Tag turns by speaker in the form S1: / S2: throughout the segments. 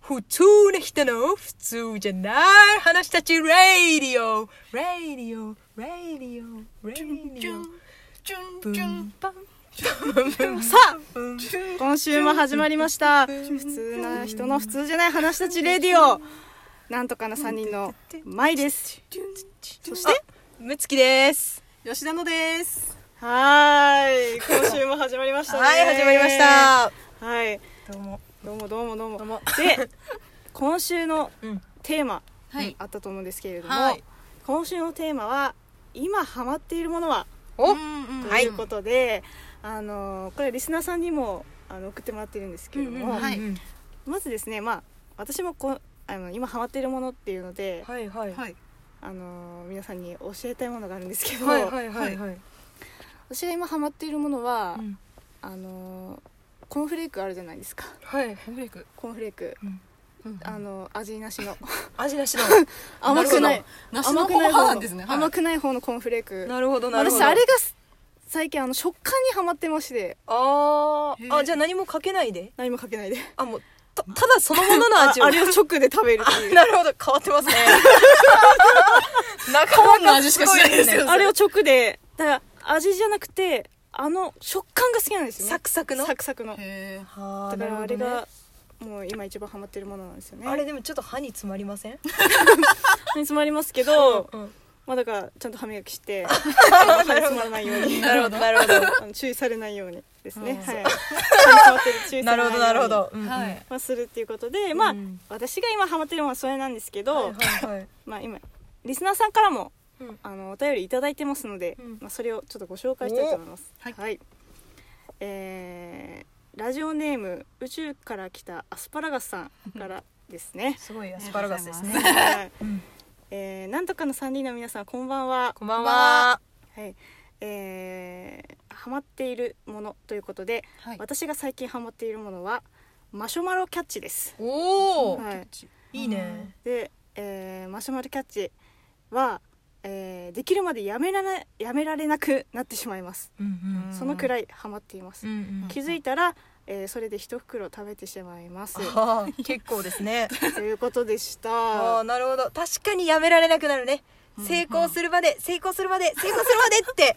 S1: 普通の人の普通じゃない話たちレイディオレイディオレイディオレイディオブンバン
S2: さあ今週も始まりました普通な人の普通じゃない話たちレディオなんとかな3人の舞ですそして
S1: ムツキです
S3: 吉田のです。
S2: はーい今週も始まりましたね
S1: はい始まりました
S2: はい
S1: どうも
S2: どうもどうもどうもで今週の
S1: うん
S2: テーマ
S3: はい
S2: あったと思うんですけれども、
S3: はい
S2: 今週のテーマは今ハマっているものは
S1: お
S2: と
S1: はい
S2: いうことで、あのこれリスナーさんにもあの送ってもらってるんですけれども、
S3: うんうんはい
S1: うん
S2: まずですねまあ私もこうあの今ハマっているものっていうので、
S1: はいはい
S3: はい。
S2: あの皆さんに教えたいものがあるんですけど、
S1: はいはいはいはい
S2: 私が今ハマっているものは、
S1: うん
S2: あのコーンフレークあるじゃないですか
S1: はい
S3: コンフレーク。
S2: コーンフレーク、あの味なしの
S1: 味なしの
S2: 甘くない
S3: 梨
S2: 甘
S3: の
S2: く
S3: 方
S2: ない
S3: 派
S2: 方
S3: なん
S2: の
S3: ですね。
S2: 甘くない方のコーンフレーク
S1: なるほどなるほ
S2: 私
S1: ど
S2: あれが最近あの食感にはまってまして
S1: あ
S3: へ
S1: ー
S3: ー
S1: あじゃあ何もかけないで
S2: 何もかけないで
S1: あもうたただそのものの味を
S2: あ あれを直で食べるってい う
S1: なるほど変わってますねなか
S3: の味しかしないですよ
S2: あれを直でだから味じゃなくてあの食感が好きなんですよね
S1: サクサクの
S2: サクサクの
S3: へ
S1: はー
S2: だか
S1: なる
S2: ら
S1: ほど
S2: あれ
S1: ね
S2: がもう今一番ハマってるものなんですよね
S1: あれでもちょっと歯に詰まりません
S2: に詰まりますけど、
S1: うん
S2: まあだからちゃんと歯磨きして 歯に詰まらないよう に
S1: なるほどなるほど
S2: あの注意されないようにですね、
S1: うん
S2: はい歯に詰まってる注意
S1: な
S2: され
S1: るほど
S2: ないように
S1: なるほど、うん
S3: え。
S1: うん
S3: はい。
S2: まあ、するっていうことで、まあ
S1: うん
S2: 私が今ハマってるのはそれなんですけど、
S1: はいはいはい
S2: まあ今リスナーさんからも
S1: うん
S2: あのお便りいただいてますので、
S1: うん
S2: まあ、それをちょっとご紹介したいと思います
S3: おはい
S2: えーラジオネーム宇宙から来たアスパラガスさんからですね
S1: すごいアスパラガスですね
S2: はい
S1: うん
S2: えーなんとかの3人の皆さんこんばんは
S1: こんばんは
S2: はいえーハマっているものということで、
S3: はい。
S2: 私が最近ハマっているものはマシュマロキャッチです、
S1: おお
S2: はい、
S1: いいね
S2: で、えーマシュマロキャッチは、えーできるまでやめられやめられなくなってしまいます、
S1: うん
S2: そのく
S1: い
S2: らいハマっています、気づいたら、えーそれで一袋食べてしまいます
S1: あー結構です ね
S2: ということでし
S1: あ
S2: た
S1: あなるほど確かにやめられなくなるね成功するまで成功するまで成功するまでって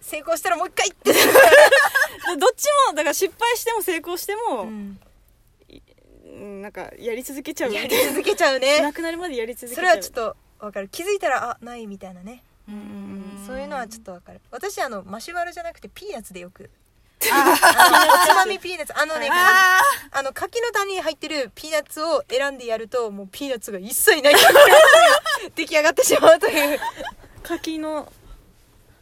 S1: 成功したらもう一回って
S2: どっちもだから失敗しても成功しても、うんなんかやり続けちゃう
S1: やり続けちゃうね
S2: なくなるまでやり続けち
S1: そ
S2: ゃう
S1: れはちょっとわかる気づいたらあないみたいなね
S2: うんうんうん
S1: そういうのはちょっとわかる私あのマシュマロじゃなくてピーナッツでよく
S3: あー
S1: あのおつまみピーナッツあのねあ
S3: あ
S1: の柿の種に入ってるピーナッツを選んでやるともうピーナッツが一切 ない出来上がってしまうという
S2: 柿の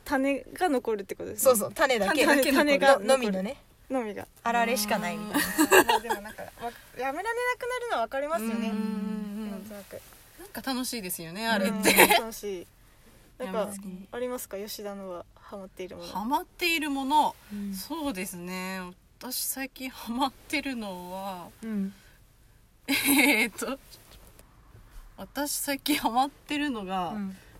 S2: 種が残るってことですね
S1: そうそう種だけ
S2: 種だけ
S1: 種
S2: 残
S1: が
S2: る
S1: のみのね
S2: のみが
S1: あられしかないみたいな
S2: まあでもなんか、まあ、やめられなくなるのは分かりますよね
S1: うん
S2: なんとなく
S3: ーなんか楽しいですよねあれっ
S2: う
S3: て。
S2: ん楽しいなん
S3: や
S2: か
S3: めずに
S2: ありますか吉田のはハマっているもの
S3: ハマっているもの。
S1: うん
S3: そうですね。私最近ハマってるのは
S1: うん
S3: えーっと私最近ハマってるのが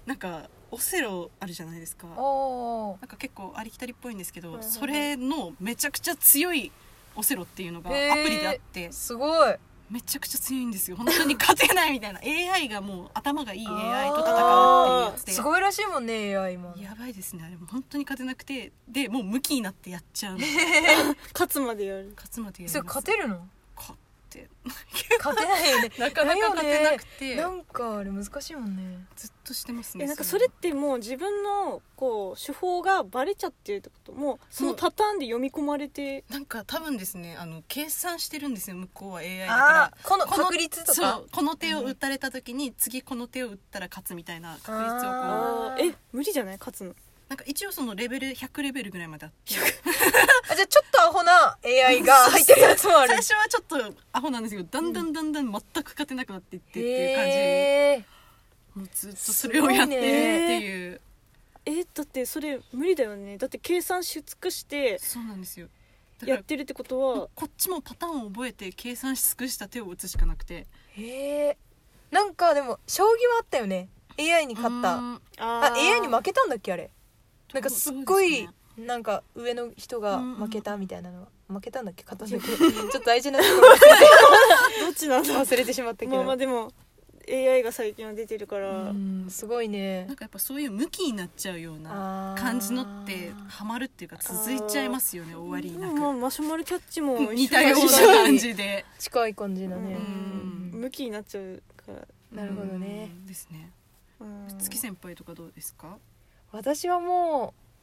S3: なんかオセロあるじゃないですか。
S1: おー
S3: なんか結構ありきたりっぽいんですけど、
S2: はいはいはい
S3: それのめちゃくちゃ強いオセロっていうのがア
S1: へー
S3: プリであって
S1: すごい
S3: めちゃくちゃ強いんですよ本当に勝てないみたいな AI がもう頭がいい AI と戦うっていう
S1: す
S3: や
S1: ごいらしいもんね AI も
S3: つでやばいですねあれもう本当に勝てなくてでもうムキになってやっちゃうの
S2: 勝つまでやる
S3: 勝つまでやります
S1: それ勝てるの
S3: 勝って
S1: 勝てないよね
S3: なかなか勝てなくて、
S1: なんかあれ難しいもんね
S3: ずっとしてますね
S2: えなんかそれってもう自分のこう手法がバレちゃってるってこともうそのパターンで読み込まれて
S3: なんか多分ですねあの計算してるんですよ向こうは AI だから
S1: あーこの
S3: この
S1: 確率と
S3: そ
S1: か
S3: うこの手を打たれた時に次この手を打ったら勝つみたいな確率をこう
S2: あーえ無理じゃない勝つの
S3: なんか一応そのレベル100レベルぐらいまであって
S1: あじゃあちょっとアホな AI が入ってるやつもあ
S3: 最
S1: る
S3: 初はちょっとアホなんですけどだんだんだんだん全く勝てなくなっていってっていう感じで
S1: へえ
S3: もうずっとそれをやってるっていう、
S2: えーだってそれ無理だよねだって計算し尽くして
S3: そうなんですよだか
S2: やっ
S3: ら
S2: てるってこと は
S3: こっちもパターンを覚えて計算し尽くした手を打つしかなくて
S1: へえなんかでも将棋はあったよね AI に勝った
S3: う
S1: あ
S3: ん
S2: あー
S1: AI に負けたんだっけあれなんかすっご
S3: そう
S1: い
S3: です
S1: なんか上の人が
S3: うんうん
S1: 負けたみたいなのが負けたんだっけ勝ったんだっけちょっと大事なところ忘れて
S2: どっちなんだ
S3: 忘れてしまったけど、
S2: まあまあでも AI が最近は出てるから、
S1: うんすごいね
S3: なんかやっぱそういう向きになっちゃうような感
S1: 感
S3: じのってハマるっていうか続いちゃいますよね終わり
S2: で
S3: な
S2: もまあ
S3: く
S2: マシュマロキャッチも
S3: 似たような感じ で
S1: 近い感じだね
S2: う
S3: うん
S2: 向きになっちゃうから、
S1: なるほどね
S3: うんですね
S2: うん
S3: 月先輩とかどうですか
S1: 私はもう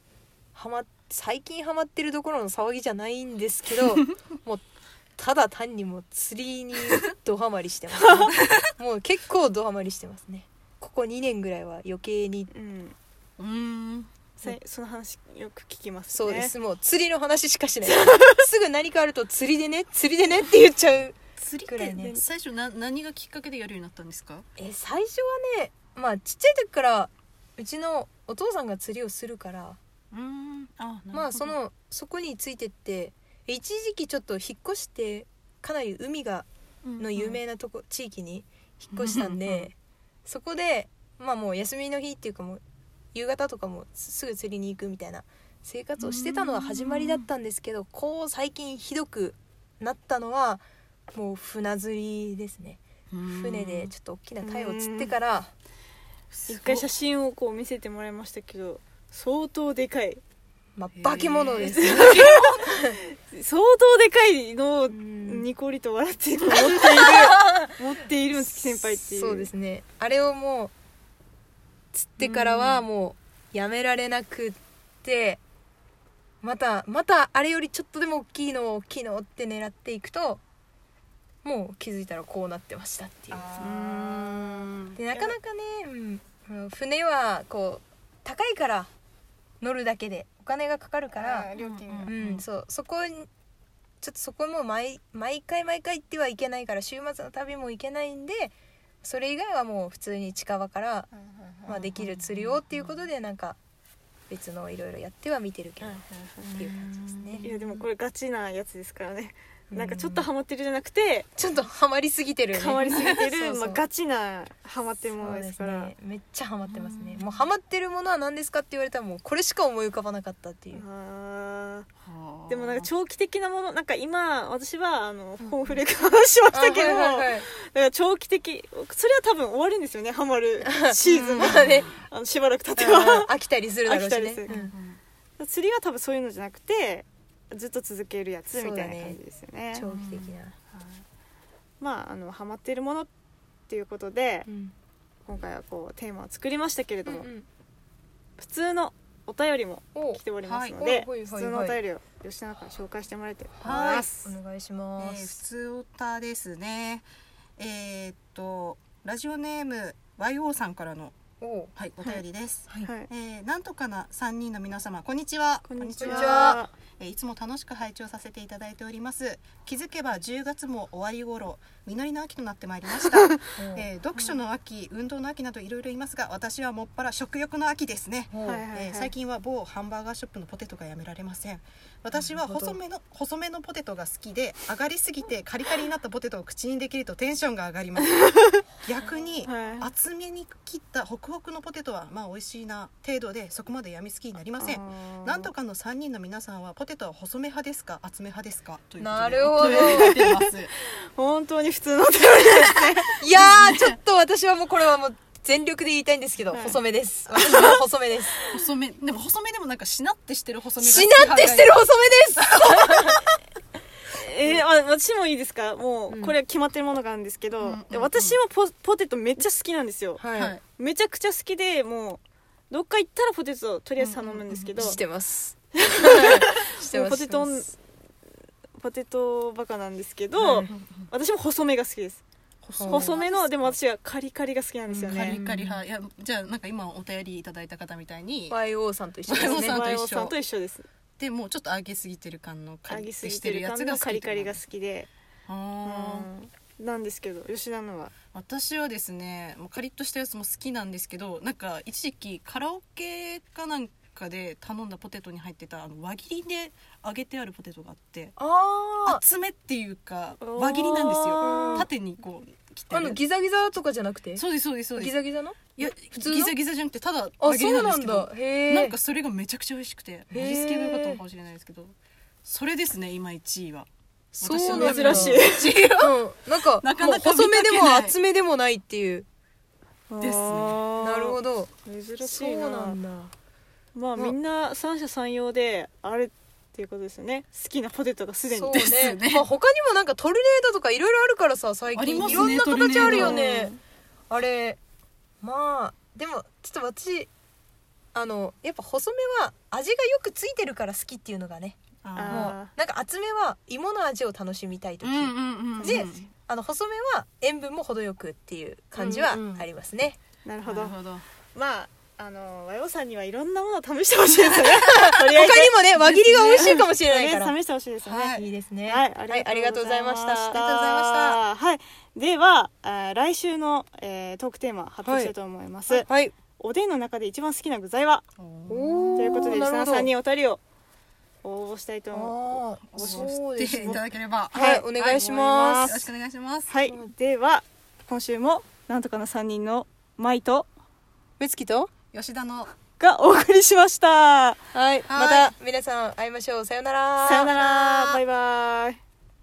S1: はま最近ハマってるどころの騒ぎじゃないんですけ どもうただ単にもう釣りにドハマり してます、ね、もう結構ドハマりしてますねここ2年ぐらいは余計に
S2: うん
S3: うん
S2: さいその話よく聞きますね
S1: そうです、もう釣りの話しかしないすぐ何かあると釣りでね釣りでねって言っちゃう
S3: 釣り
S1: く
S3: っ
S1: らい
S3: て、
S1: ね
S3: 最初な何がきっかけでやるようになったんですか
S1: え最初はねまあちっちゃい時からうちのお父さんが釣りをするから
S3: うんあ
S1: まあそのそこについてって一時期ちょっと引っ越してかなり海がの有名なとこ、地域に引っ越したん
S3: うんうんう
S1: でそこでまあもう休みの日っていうかもう夕方とかもすすぐ釣りに行くみたいな生活をしてたのは始まりだったんですけどこう最近ひどくなったのはもう船釣りですね船でちょっと大きな鯛を釣ってから
S2: 一回写真をこう見せてもらいましたけど相当でかい
S1: ま
S3: へ
S1: あ
S3: ー
S1: 化け物です
S2: 相当でかいのを
S1: うん
S2: ニコリと笑って 持っている持っている月先輩っていう
S1: そうですねあれをもう釣ってからはもうやめられなくってまたまたあれよりちょっとでも大きいのを大きいのって狙っていくともう気づいたらこうなってましたっていう
S2: うー
S3: あ
S2: ん
S1: でなかなかね、うんうん、船はこう高いから乗るだけでお金がかかるから
S2: 料金
S3: う
S2: が
S3: ん
S1: うん、そうそこにちょっとそこも毎毎回毎回行ってはいけないから週末の旅も行けないんでそれ以外はもう普通に近場から、まあ、できる釣りをっていうことでなんか別のいろいろやっては見てるけどっていう感じです
S2: い
S1: ね
S2: やでもこれガチなやつですからね
S1: うん
S2: なんかちょっとハマってるじゃなくて
S1: ちょっとハマりすぎてるよね
S2: 変わりすぎて
S1: そう
S2: る
S1: そう
S2: まあガチなハマってるも
S1: そう
S2: ので
S1: ですす
S2: から
S1: ねめっちゃハマってますねもうハマってるものは何ですかって言われたらもうこれしか思い浮かばなかったっていう、
S2: あ
S3: は
S2: ー
S3: あ
S2: でもなんか長期的なものなんか今私はあの
S1: うん
S2: ホームフレークの話しましたけど、
S1: あはいはいはい
S2: だから長期的それは多分終わるんですよねハ マるシーズンが
S1: まあ ね
S2: あのしばらく経て
S1: うん
S2: ば
S1: 飽きたりするだろうし
S2: 飽きた
S1: ね
S2: りする
S1: うん
S2: 釣りは多分そういうのじゃなくてずっと続けるやつ
S1: そ
S2: み
S1: うだ
S2: た
S1: ね
S2: いな感じですよね
S1: 長期的な、
S2: まああのハマってるものっていうことで、
S1: うん
S2: 今回はこうテーマを作りましたけれども、
S1: うんうん
S2: 普通のお便りも
S1: お
S2: 来ておりますの
S1: はい
S2: で、
S1: はいはいはい
S2: 普通のお便りを吉永から紹介してもらいたいと思います、
S1: お願いし
S3: え
S1: ま
S3: ー普
S1: す。
S3: 通オタですねえーっとラジオネーム YO さんからの、
S1: おう
S3: はい、お便りです、
S1: はい
S2: はい、
S3: えーなんとかな3人の皆様こんにちは
S2: こんにち
S1: こんに
S2: は
S1: ちは
S3: えーいつも楽しく拝聴させていただいております気づけば10月も終わり頃実りの秋となってまいりました、えー読書の秋運動の秋などいろいろいますが私はもっぱら食欲の秋ですね
S1: おう
S2: はいはい
S3: えー最近は某ハンバーガーショップのポテトがやめられません私は
S1: なるほど
S3: 細めの細めのポテトが好きで上がりすぎてカリカリになったポテトを口にできるとテンションが上がり ます逆に
S2: はい
S3: 厚めに切ったホクホクのポテトはまあ美味しいな程度でそこまでやみつきになりません
S2: あー
S3: なんとかの3人の皆さんはポテトは細め派ですか厚め派ですかということで
S1: なるほど
S3: お便り出てます
S2: 本当に普通のお便
S1: いやーちょっと私はもうこれはもう全力で言いたいんですけど、
S2: はい
S1: 細めです。 私は細めです。
S3: 細めでも細めでもなんかしなってしてる細め が
S1: しなってしてる細めです。
S2: りえー、あ私もいいですかも
S1: う
S2: うんこれは決まってるものがあるんですけど、
S3: うんうんうん
S2: で私はポポテトめっちゃ好きなんですよ、
S1: は
S3: はい
S2: めちゃくちゃ好きでもうどっか行ったらポテトをとりあえず頼むんですけど、
S1: して ます。して
S2: も
S1: ます。
S2: うポテトン
S1: して
S2: ポテトバカなんですけど、
S1: はい
S2: 私も細めが好きです
S1: うん
S2: 細めのでも私はカリカリが好きなんですよ
S3: カ
S2: ね
S3: リカリ派いやじゃあなんか今お便りいただいた方みたいに
S1: ます YO さんと一緒で
S2: ですす
S1: ね。
S2: ね
S3: YO さんと一緒
S2: YO さんと一緒です
S3: でもうちょっと揚げすぎてる感のカ
S2: 揚
S3: リ
S2: げ
S3: ッ
S2: す
S3: て
S2: ぎ
S3: しててる
S2: る
S3: や
S2: 感
S3: つが好
S2: の
S3: き
S2: カリカリが好
S3: き
S2: きで、
S3: あー
S2: うんなんですけど吉田のは
S3: 私はですねもうカリッとしたやつも好きなんですけどなんか一時期カラオケかなんかで頼んだポテトに入ってたあの輪切りで揚げてあるポテトがあって
S1: あ
S3: 厚めっていうか
S2: おー
S3: 輪切りなんです
S1: うん
S3: よ縦にこう切っ
S1: あ、
S3: て
S1: あ
S3: る
S1: のギザギザとかじゃなくて、
S3: そうですそうですそうで
S1: ギ
S3: す
S1: ザギザの？
S3: いや
S1: 普通の
S3: ギザギザじゃなくてただ
S1: あ、
S3: 輪切
S1: そ
S3: り
S1: う
S3: なんで
S1: な
S3: す
S1: ん
S3: けど
S1: だ。へえ。
S3: なんかそれがめちゃくちゃ美味しくて
S1: へー
S3: 味付けが良かったのかもしれないですけどそれですね今1位は
S1: そう
S3: 私
S1: な
S3: も
S1: んだ
S2: 珍しい
S1: うん、なんか
S4: なかなか
S1: もう細めでも
S4: 見かけない
S1: 厚めでもないっていう
S4: ですね
S1: なるほど
S2: ど珍し
S1: そ
S2: いうな
S1: なんだ
S2: まあ
S1: まあ
S2: みんな三者三様であれっていうことですよね好きなポテトがすでに
S1: そう
S4: ですね
S1: ねまあ、他にもなんかトルネードとかいろいろあるからさ最
S4: あり
S1: 近、
S4: ます
S1: い
S4: ね
S1: ろんな
S4: トルネー
S1: 形
S4: ド
S1: あるよねあれまあでもちょっと私あのやっぱ細めは味がよくついてるから好きっていうのがねもう
S2: あー
S1: なんか厚めは芋の味を楽しみたい時、
S4: うんうんうん
S1: であの細めは塩分も程よくっていう感じはありますね、
S2: なる
S4: な
S2: ほ
S4: る
S2: ど
S4: ほど
S2: まああの和洋さんにはいろんなものを試してほしいですよねとりあえず
S1: 他にもね輪切りが美味しいかもしれないから、
S2: ね試してほしいですよね、
S1: いいですね
S2: はい、
S1: ありがとうございましたありがとうございま
S2: あり
S1: した
S2: がとうございました。はい、では、あー来週の、えートークテーマ発表したいと思います、
S1: はい。
S2: おでんの中で一番好きな具材は
S1: お
S2: ということで、リスナーさんに
S1: あ
S2: お便りを応募したいと思い
S1: あー、そうです
S4: い
S1: ね
S4: た。だければ
S1: はい、
S2: は
S1: お
S2: い
S1: 願いしま
S4: よろし
S1: す。
S4: くお願いします
S2: ます。はい、では、今週もなんとかの三人の舞と
S1: 目つきと。
S4: 吉田の
S2: がお送りしました。
S1: はい、また皆さん会いましょう。さようなら。
S2: さよなら、バイバイ。